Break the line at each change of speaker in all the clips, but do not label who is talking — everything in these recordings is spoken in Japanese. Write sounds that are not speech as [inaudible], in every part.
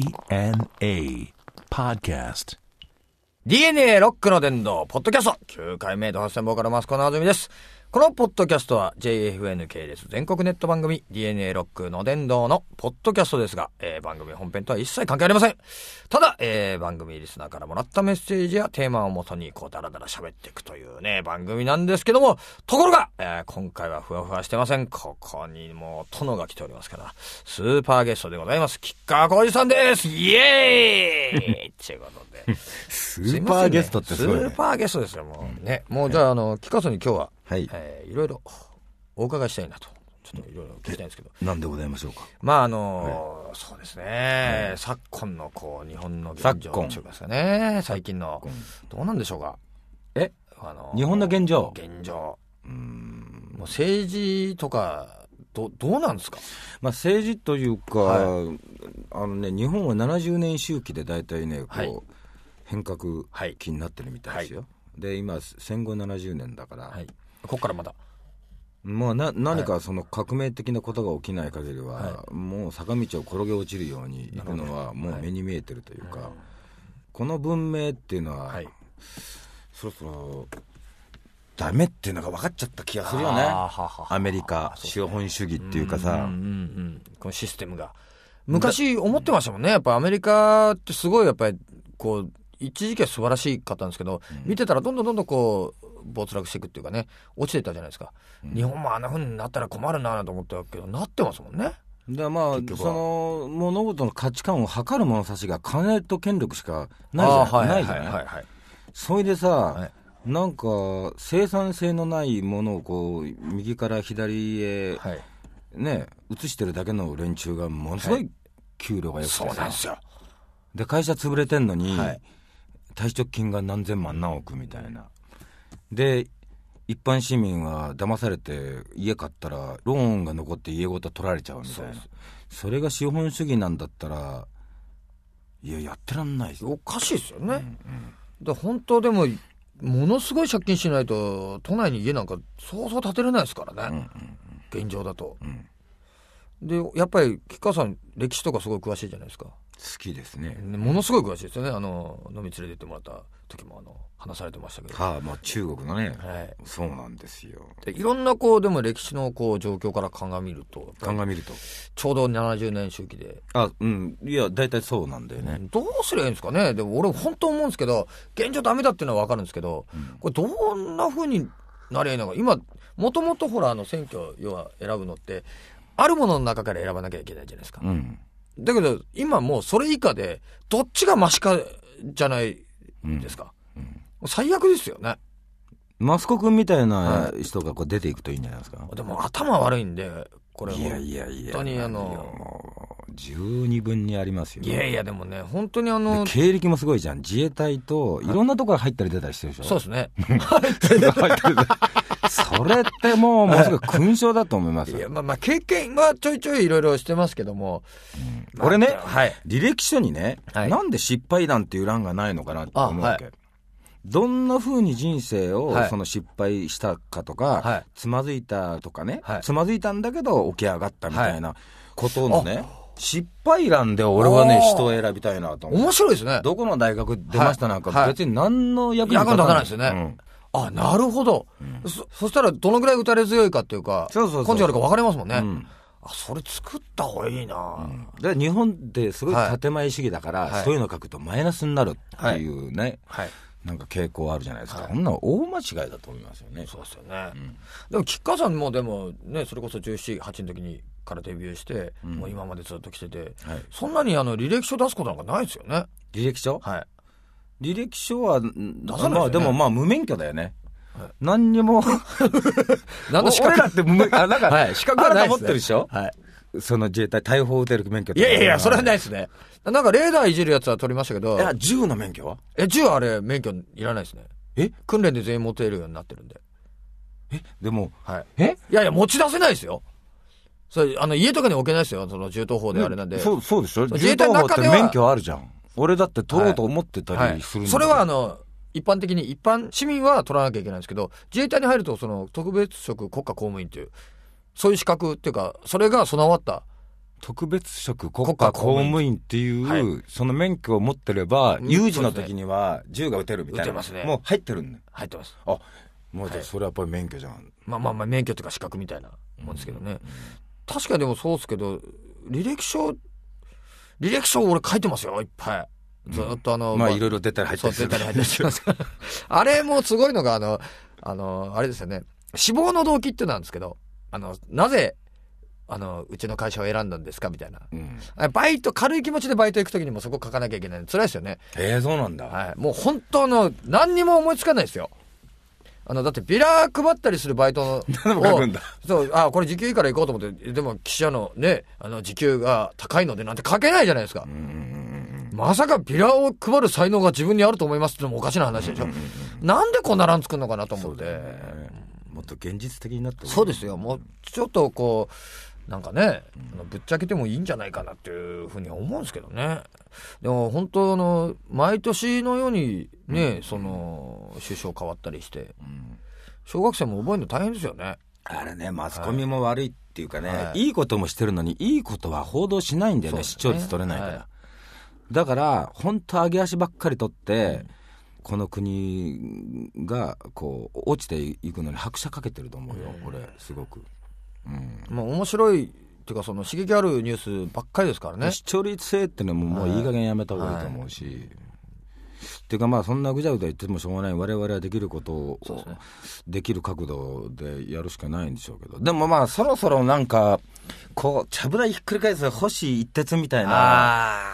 DNA Podcast.
DNA ロックの伝道、ポッドキャスト、9回目、ドハッセンボーカルマスコのあずみです。このポッドキャストは JFN 系列全国ネット番組 DNA ロックの伝道のポッドキャストですが、えー番組本編とは一切関係ありません。ただ、えー番組リスナーからもらったメッセージやテーマをもとにこうダラダラ喋っていくというね、番組なんですけども、ところが、えー今回はふわふわしてません。ここにもう殿が来ておりますから、スーパーゲストでございます。吉川浩司さんですイエーイ [laughs] ということで。す
ス
い
ー
ま
パ
せ
ー
んね
ゲストってすごい、
ス
ね
ー。パーゲストですよ、もう。ね。もうじゃあ、あの、聞かずに今日は、
はい
えーいろいろお伺いしたいなと。ちょっといろいろ聞きたいんですけど。
なんでございましょうか。
まあ、あのーそうですね、昨今の、こう、日本の現状
昨今
というかですかね。最近の、どうなんでしょうか。
え
あの
日本の現状
現状。
うーん。
もう政治とか、ど、どうなんですか
まあ政治というか、
は
あのね、日本は70年周期で大体ね、こう、
はい
変革
はい
期になってるみたいですよ。で、今、戦後70年だから、
はい。こっからまた。
まあな何かその革命的なことが起きない限り
は
は、もう坂道を転げ落ちるように行くのは、もう目に見えてるというか、この文明っていうのは、
はい。
そろそろ、ダメっていうのが分かっちゃった気がするよね。
あーははは
アメリカ、資本主義っていうかさ、
うんうんうん、このシステムが。昔思ってましたもんね。やっぱアメリカってすごいやっぱりこう、一時期は素晴らしかったんですけど、見てたらどんどんどんどんこう、没落していくっていうかね、落ちてったじゃないですか。日本もあんな風になったら困るなと思ったけど、なってますもんね。
だからまあ
局は
その物事の価値観を測る者たちが金と権力しかないじゃない,、ないじゃない
はいはい。
それでさ、
い
なんか生産性のないものをこう右から左へ
はいはい
ね移してるだけの連中がものすご
はい
給料が良くてさ、
そうなんですよ。
で会社潰れてんのに、
はい
退職金が何千万何億みたいなで一般市民は騙されて家買ったらローンが残って家ごと取られちゃうみたいな
そ
そうれが資本主義なんだったらいややってらんないですよ
おかしいですよね。だから本当でも、ものすごい借金しないと、都内に家なんかそうそう建てれないですからね。現状だと。
ん
で、やっぱり、吉川さん、歴史とかすごい詳しいじゃないですか。
好きですね、
ねものすごい詳しいですよね。あの、飲み連れてってもらった時も、あの、話されてましたけど。
はあまあ中国のね、
はい。
そうなんですよ
でいろんな、こう、でも歴史の、こう、状況から鑑みると、
鑑みると
ちょうど70年周期で、
あうんいや大体そうなんだよね、
どうすりゃいいんですかね、でも俺、本当思うんですけど、現状ダメだっていうのは分かるんですけど、これ、どんなふうになりゃいいのか、今、もともとほら、あの選挙、要は選ぶのって、あるものの中から選ばなきゃいけないじゃないですか。
うん
だけど、今もうそれ以下で、どっちがマシかじゃないですか。最悪ですよね。
マスコ君みたいな人がこう出ていくといいんじゃないですか、
でも、頭悪いんで、これ、
いやいやいや、
本当にあの
いやもう十二分にありますよ。
いやいや、でもね、本当にあ
で
の、
経歴もすごいじゃん、自衛隊といろんなところ入ったり出たりしてるでしょ、
そうですね。
入ったり出たり [laughs] それってもう、もうすぐ勲章だと思います
い
よ
や、まあまあ、経験はちょいちょいいろいろしてますけども、
俺ね、
はい。
履歴書にね、
はい
なんで失敗談っていう欄がないのかなって思うわけ、
あ
どんな風に人生を
はい
その失敗したかとか、
はい
つまずいたとかね、
はい
つまずいたんだけど起き上がったみたいなことのね、失敗欄で俺は
あ
ね
ー
人を選びたいなと思う
面白いですね。
どこの大学出ましたなん
はい
か別に何の役に
役に立たないですよね。
うん
あ、なるほど、そ。そしたらどのぐらい打たれ強いかっていうか、
そうそうそう
根性あるか分かりますもんね。
うん
あ、それ作った方がいいな、
で日本ってすご
はい
い建前主義だから、
はい
そういうの書くとマイナスになるっていうね、
はい。
なんか傾向あるじゃないですか、こんなの大間違いだと思いますよね。
そうですよね。でも、吉川さんもでもね、それこそ17、8の時にからデビューして、もう今までずっと来てて、
はい
そんなにあの履歴書出すことなんかないですよね。
履歴書
はい。
履歴書は、
出さないですよね
まあでもまあ無免許だよね。何にも、 [laughs] 俺らって無免あ、なんか、
はい
資格はない
あなた持
持っ
ってるで
てるで
し
し
ょ
ょ
はい。
その自衛隊、大砲を撃てる免許。
いやいやいや、それはないいですね。なんかレーダーいじるやつは取りましたけど
い、や、銃の免許は
え、銃はあれ、免許いらないですね。
え
訓練で全員持てるようになってるんで。
でも、
はい。
え
いやいや、持ち出せないですよ。それ、あの、家とかに置けないですよ。その、銃刀法であれなんで。
そう、そうでしょ
そう
銃刀法って
自衛隊の中では
免許あるじゃん。俺だって取ろうと思ってた
は
り
い
するんだけど
それは、あ、の、一般的に、一般、市民は取らなきゃいけないんですけど、自衛隊に入ると、その、特別職国家公務員という、そういう資格っていうか、それが備わった
特別職国家公務員っていう、
国家公務
その免許を持ってれば、
うん
有事の時には銃が撃てるみたいな。
撃てますね
もう入ってるんだよ。
入ってます。
あ、もう
は
じゃ
い
あそれはやっぱり免許じゃん。
まあまあまあ免許とか資格みたいなもんですけどね。確かにでもそうですけど、履歴書、履歴書俺書いてますよ、いっぱい。ずっとあの、
まあいろいろ出たり入った
そう、
り
出
する。
たり入ったりします [laughs] から。あれもすごいのが、あの、あの、あれですよね。死亡の動機ってなんですけど、あの、なぜ、あの、うちの会社を選んだんですかみたいな。
うん、
あバイト、軽い気持ちでバイト行くときにもそこ書かなきゃいけないの辛いですよね。
えー、そうなんだ。
はい。もう本当の、何にも思いつかないですよ。あの、だってビラ配ったりするバイトを。
[laughs] 何でも書くんだ
そう、あ、これ時給いいから行こうと思って、でも記者のね、あの、時給が高いのでなんて書けないじゃないですか。まさかビラを配る才能が自分にあると思いますってのもおかしな話でしょ。なんでこんな欄作るのかなと思って。
えーもっと現実的になって
そうですよ。もうちょっとこう、なんかね、あのぶっちゃけてもいいんじゃないかなっていうふうには思うんですけどね。でも本当あの、毎年のようにね、その、首相変わったりして、小学生も覚えるの大変ですよね。
あれね、マスコミも悪いっていうかね、
はい
い、いこともしてるのに、いいことは報道しないんだよね、
そ
視
う
聴
ですね
率取れないから。
は
だから、本当、上げ足ばっかり取って、この国がこう落ちていくのに拍車かけてると思うよ、これ、すごく。
もう面白い、っていうかその刺激あるニュースばっかりですからね。
視聴率制ってのも、もういい加減やめた方がいいと思うし。っていうかまあそんなぐちゃぐちゃ言ってもしょうがない我々はできることを
そうですね
できる角度でやるしかないんでしょうけどでもまあそろそろなんかこうちゃぶ台ひっくり返す星一徹みたいな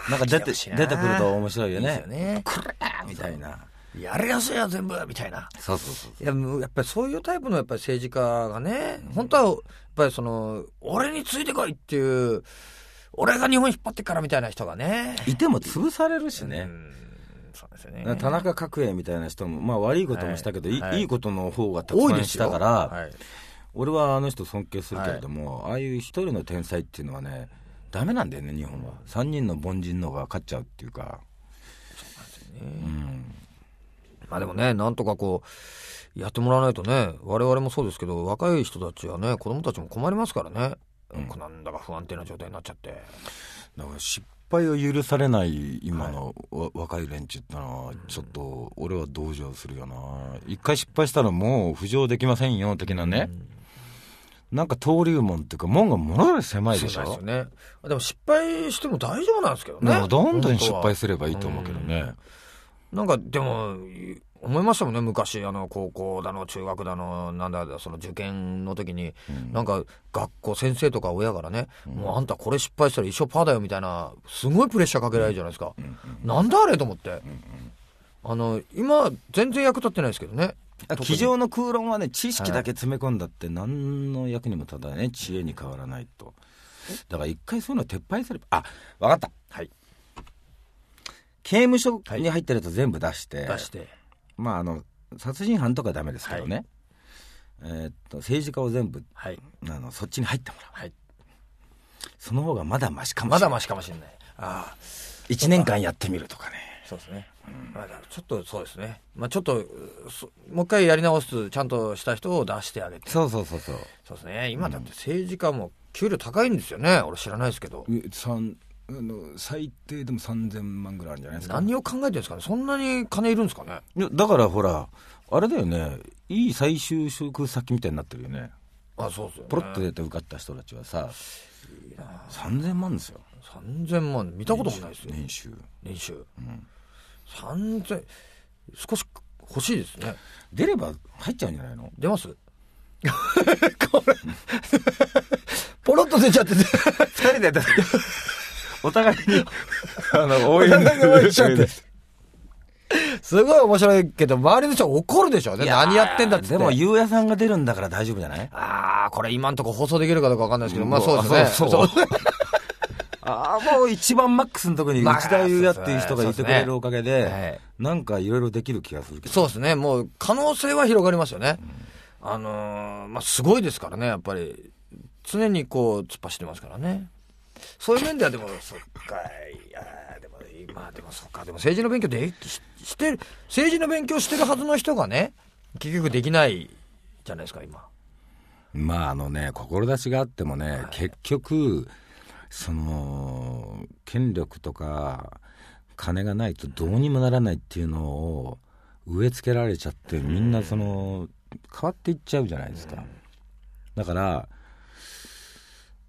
あー
なんか出て
来ほしいな
出てくると面白いよね
いいですよね
くらーみたいな
やりやすいや全部みたいな。
そうそうそう
いや、もうやっぱりそういうタイプのやっぱり政治家がね、本当は、やっぱりその、俺についてこいっていう、俺が日本引っ張ってっからみたいな人がね。
いても潰されるし
う
ね、
ん、そうですよね。
田中角栄みたいな人もまあ悪いこともしたけど、
はい
い
はい
い、いことの方がたく
多い
さ
で
ん
す
し
よ
たから、
はい
俺はあの人尊敬するけれども、ああいう一人の天才っていうのはねダメなんだよね日本は3人の凡人の方が勝っちゃうっていうか
まあでもね、なんとかこう、やってもらわないとね、我々もそうですけど、若い人たちはね、子供たちも困りますからね。なんだか不安定な状態になっちゃって。
だから失敗を許されない今のわ若い連中ってのはちょっと俺は同情するよな一回失敗したらもう浮上できませんよ的なね、なんか登竜門っていうか門がものすごい狭いでし
そうです
ょ
よね。でも失敗しても大丈夫なんですけど
で
ね。
もどんどん失敗
る
すればいいと思うけどね、
なんかでもい思いましたもんね昔あの高校だの中学だのなんだその受験の時に、なんか学校先生とか親からね、もうあんたこれ失敗したら一生パーだよみたいなすごいプレッシャーかけられるじゃないですか、なんだあれと思って、あの今全然役立ってないですけどね特に
机上の空論はね知識だけ詰め込んだって何の役にも立たないね知恵に変わらないとだから一回そういうの撤廃すればあ分かった
はい
刑務所に入ってると全部出して、
出して
まああの殺人犯とかダメですけどね、えーっと政治家を全部
はい
あのそっちに入ってもらう
はい
その方がまだマシかも
ま
しれ
だ
ない
マシかもしれないああ
1年間やってみるとかね
そうですね、まあちょっとそうですねまあちょっとうそもう一回やり直すちゃんとした人を出してあげて
そうそうそうそう
そうですね。今だって政治家も給料高いんですよね。俺知らないですけど。
あの最低でも3000万ぐらいあるんじゃないで
何を考えてるんですかね。そんなに金いるんですかね。
いやだからほらあれだよねいい再就職先みたいになってるよね
あ、そうですよ、ね。
ポロッと出て受かった人たちはさ3000万ですよ
3000万、見たこともないですよ。
年収
年収。3000、少し欲しいですね。
出れば入っちゃうんじゃないの
出ます [laughs] これ、ポロッと出ちゃってて。
2人で出てお互いにあの応援
応援しちゃってすごい面白いけど、周りの人は怒るでしょうね。何やってんだっつって。
でもゆうやさんが出るんだから大丈夫じゃない
ああ、これ今んとこ放送できるかどうかわかんないですけど、まあそうですね。
あそうそうああもう一番マックスのとこに
まあ
内田裕也っていう人がいてくれるおかげで、
そうですねはい
なんかいろいろできる気がするけど
そうですね、もう可能性は広がりますよね。あのーまあ、すごいですからね、やっぱり。常にこう、突っ走ってますからね。そういう面では、でも、そっか、いやーでも、まあでもそっか、でも政治の勉強できししてる、政治の勉強してるはずの人がね、結局できないじゃないですか、今。
まああのね志があってもね、結局その権力とか金がないとどうにもならないっていうのを植え付けられちゃってみんなその変わっていっちゃうじゃないですかだから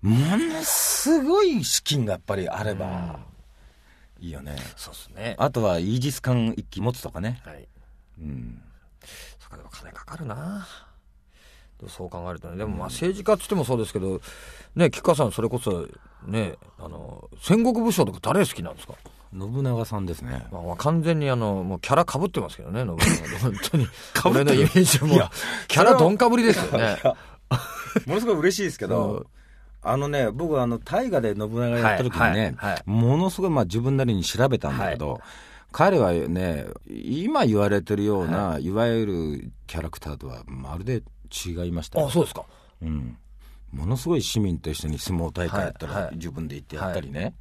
ものすごい資金がやっぱりあればいいよね
そうですね。
あとはイージス艦一機持つとかね
はい。
うん
そっか、でも金かかるな。でもそう考えるとね、でもまあ政治家って言ってもそうですけど、ね、吉川さん、それこそ、ね、あの、戦国武将とか誰好きなんですか
信長さんですね
まあ、まあ完全にあの、もうキャラ被ってますけどね、信長
[laughs]
さん本当に。
被ってる
俺のイメージはも
いうや、
キャラどんかぶりですよね。
ものすごい嬉しいですけど、あのね、僕はあの大河で信長やった時にね、
はいはいはい
ものすごいまあ自分なりに調べたんだけど、彼はね、今言われてるような、い、わゆるキャラクターとはまるで違いましたよ
あ、そうですか。
うん、ものすごい市民と一緒に相撲大会やった
はいは
ら
い
自分で行ってやったりね、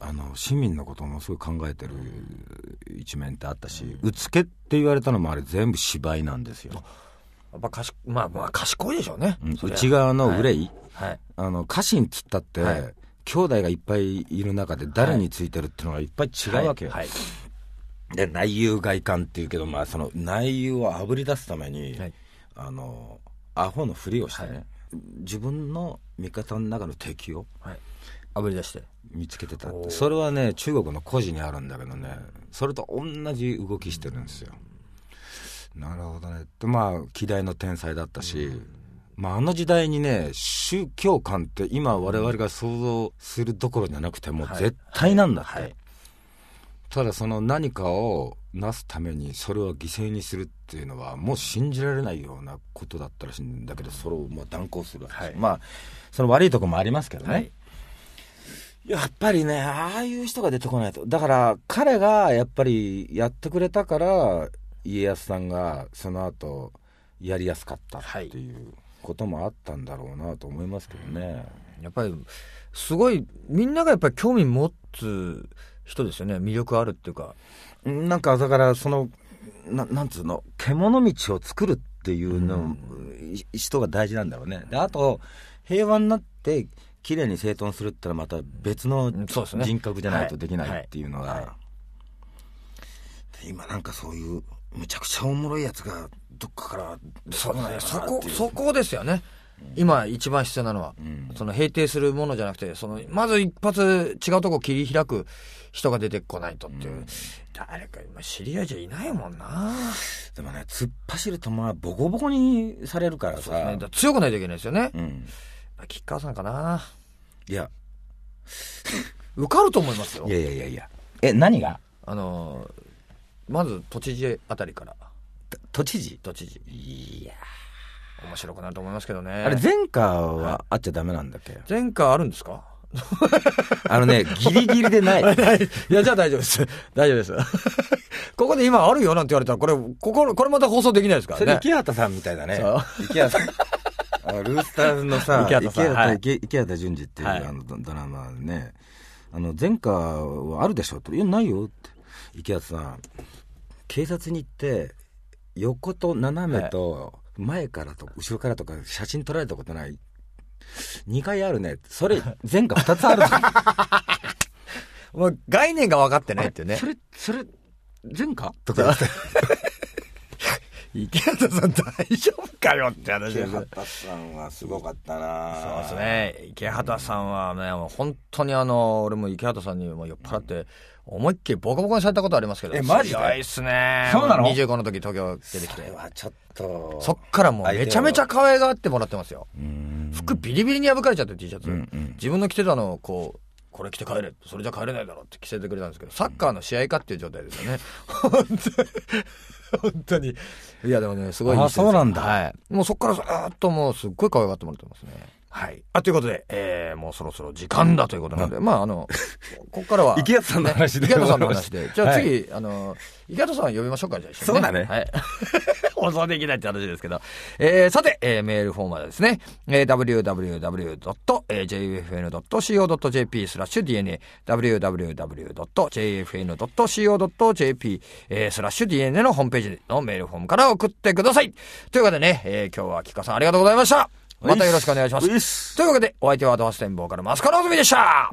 あの市民のことをものすごい考えてる一面ってあったし、うつけって言われたのもあれ全部芝居なんですよ、
やっぱかし、まあまあ賢いでしょうね。
うん
そりゃ
内側の憂い、
はい。
あの家臣っつったって、
はい
兄弟がいっぱいいる中で誰についてるっていうのがいっぱい違うわけよ、
はい。
で内憂外患っていうけど、まあ、その内憂をあぶり出すために、
はい
あのアホのふりをしてね、
はい
自分の味方の中の敵を
はい。あぶり出して。
見つけてたっ
おー
てそれはね中国の故事にあるんだけどねそれと同じ動きしてるんですよなるほどねでまあ希代の天才だったし、まあ、あの時代にね宗教観って今我々が想像するどころじゃなくてもう
はい
絶対なんだって、
はい
ただその何かをなすためにそれを犠牲にするっていうのはもう信じられないようなことだったらしいんだけどそれをまあ断行するわけです、まあその悪いとこもありますけどね、
はい
やっぱりね、ああいう人が出てこないと。だから、彼がやっぱりやってくれたから、家康さんがその後、やりやすかったっていうこともあったんだろうなと思いますけどね。
やっぱり、すごい、みんながやっぱり興味持つ人ですよね。魅力あるっていうか。
なんか、だから、その、ななんつうの、獣道を作るっていうの、い人が大事なんだろうね。で、あと、平和になって、綺麗に整頓するってのはまた別の
うんそうですね
人格じゃないとできな
はい
いっていうのが、
はい
で今なんかそういうむちゃくちゃおもろいやつがどっかから
そう
な
だ
ん
ね。
や
そ
なっ
こ
て、いう
そこですよね。今一番必要なのは、
ん
その平定するものじゃなくて、その、まず一発違うとこ切り開く人が出てこないとっていう。誰か今知り合いじゃいないもんな。
でもね突っ走るとまあボコボコにされるから
そうですね
さ
だから強くないといけないですよね
う。ん
吉川さんかな。
いや
受かると思いますよ
い。やいやいやいやえ何が
あのーまず都知事あたりから、
と都知事
都知事。
いや
面白くなると思いますけどね。
あれ前科はあっちゃダメなんだっけ
前回あるんですか
あの [laughs] ねギリギリでない
[laughs] いや、じゃあ大丈夫です。 [laughs] 大丈夫です。ここで今あるよなんて言われたら、これ、ここ、これまた放送できないですから
それ
ね。
池畑さんみたいだね
そう
池畑さん [laughs] あのルースターズのさ
池畑さんはい
池池池畑淳二っていう、
はい
あのドドラマねあの前科はあるでしょって「いやないよ」って池畑さん警察に行って横と斜めと前からと後ろからとか写真撮られたことない2回あるねそれ前科2つある [laughs] ぞ
もう概念が分かってないっていうね
そ。れそれ前科とか言って
[laughs] 池畑さん大丈夫かよって話
池
です。そう
畑さんはすごかったな
ですね。池畑さんはね、もう本当にあの、俺も池畑さんにもう酔っ払って、思いっきりボコボコにされたことありますけど。
えマジで
強いっすね。
そうなの
?25 の時東京出てき
それ
て。
はちょっと
そっからもうめちゃめちゃ可愛がってもらってますよ。
うん
服ビリビリに破かれちゃって T シャツ、
うんうん
自分の着てたのをこうこれ着て帰れそれじゃ帰れないだろうって着せてくれたんですけどサッカーの試合かっていう状態ですよね本当に本当にいやでもねすごいいい人ですよ
あそうなんだ
はい、もうそっからずーっともうすっごい可愛がってもらってますねはいあということで、えー、もうそろそろ時間だということなんで、まああのここからは
[laughs] 池谷さんの話で
ね池谷さんの話でじゃあ
はい
次、あの池谷さん呼びましょうかじゃあ一緒に
そうだね
はい [laughs] 放送できないって話ですけど。えーさて、えーメールフォームはですね、えー www.jfn.co.jp スラッシュ DNA、www.jfn.co.jp えースラッシュ DNA のホームページのメールフォームから送ってください。ということでね、えー今日はキカさんありがとうございました。またよろしくお願いします。
うっす
というわけで、お相手はドハステンボーカル、マスカラズミでした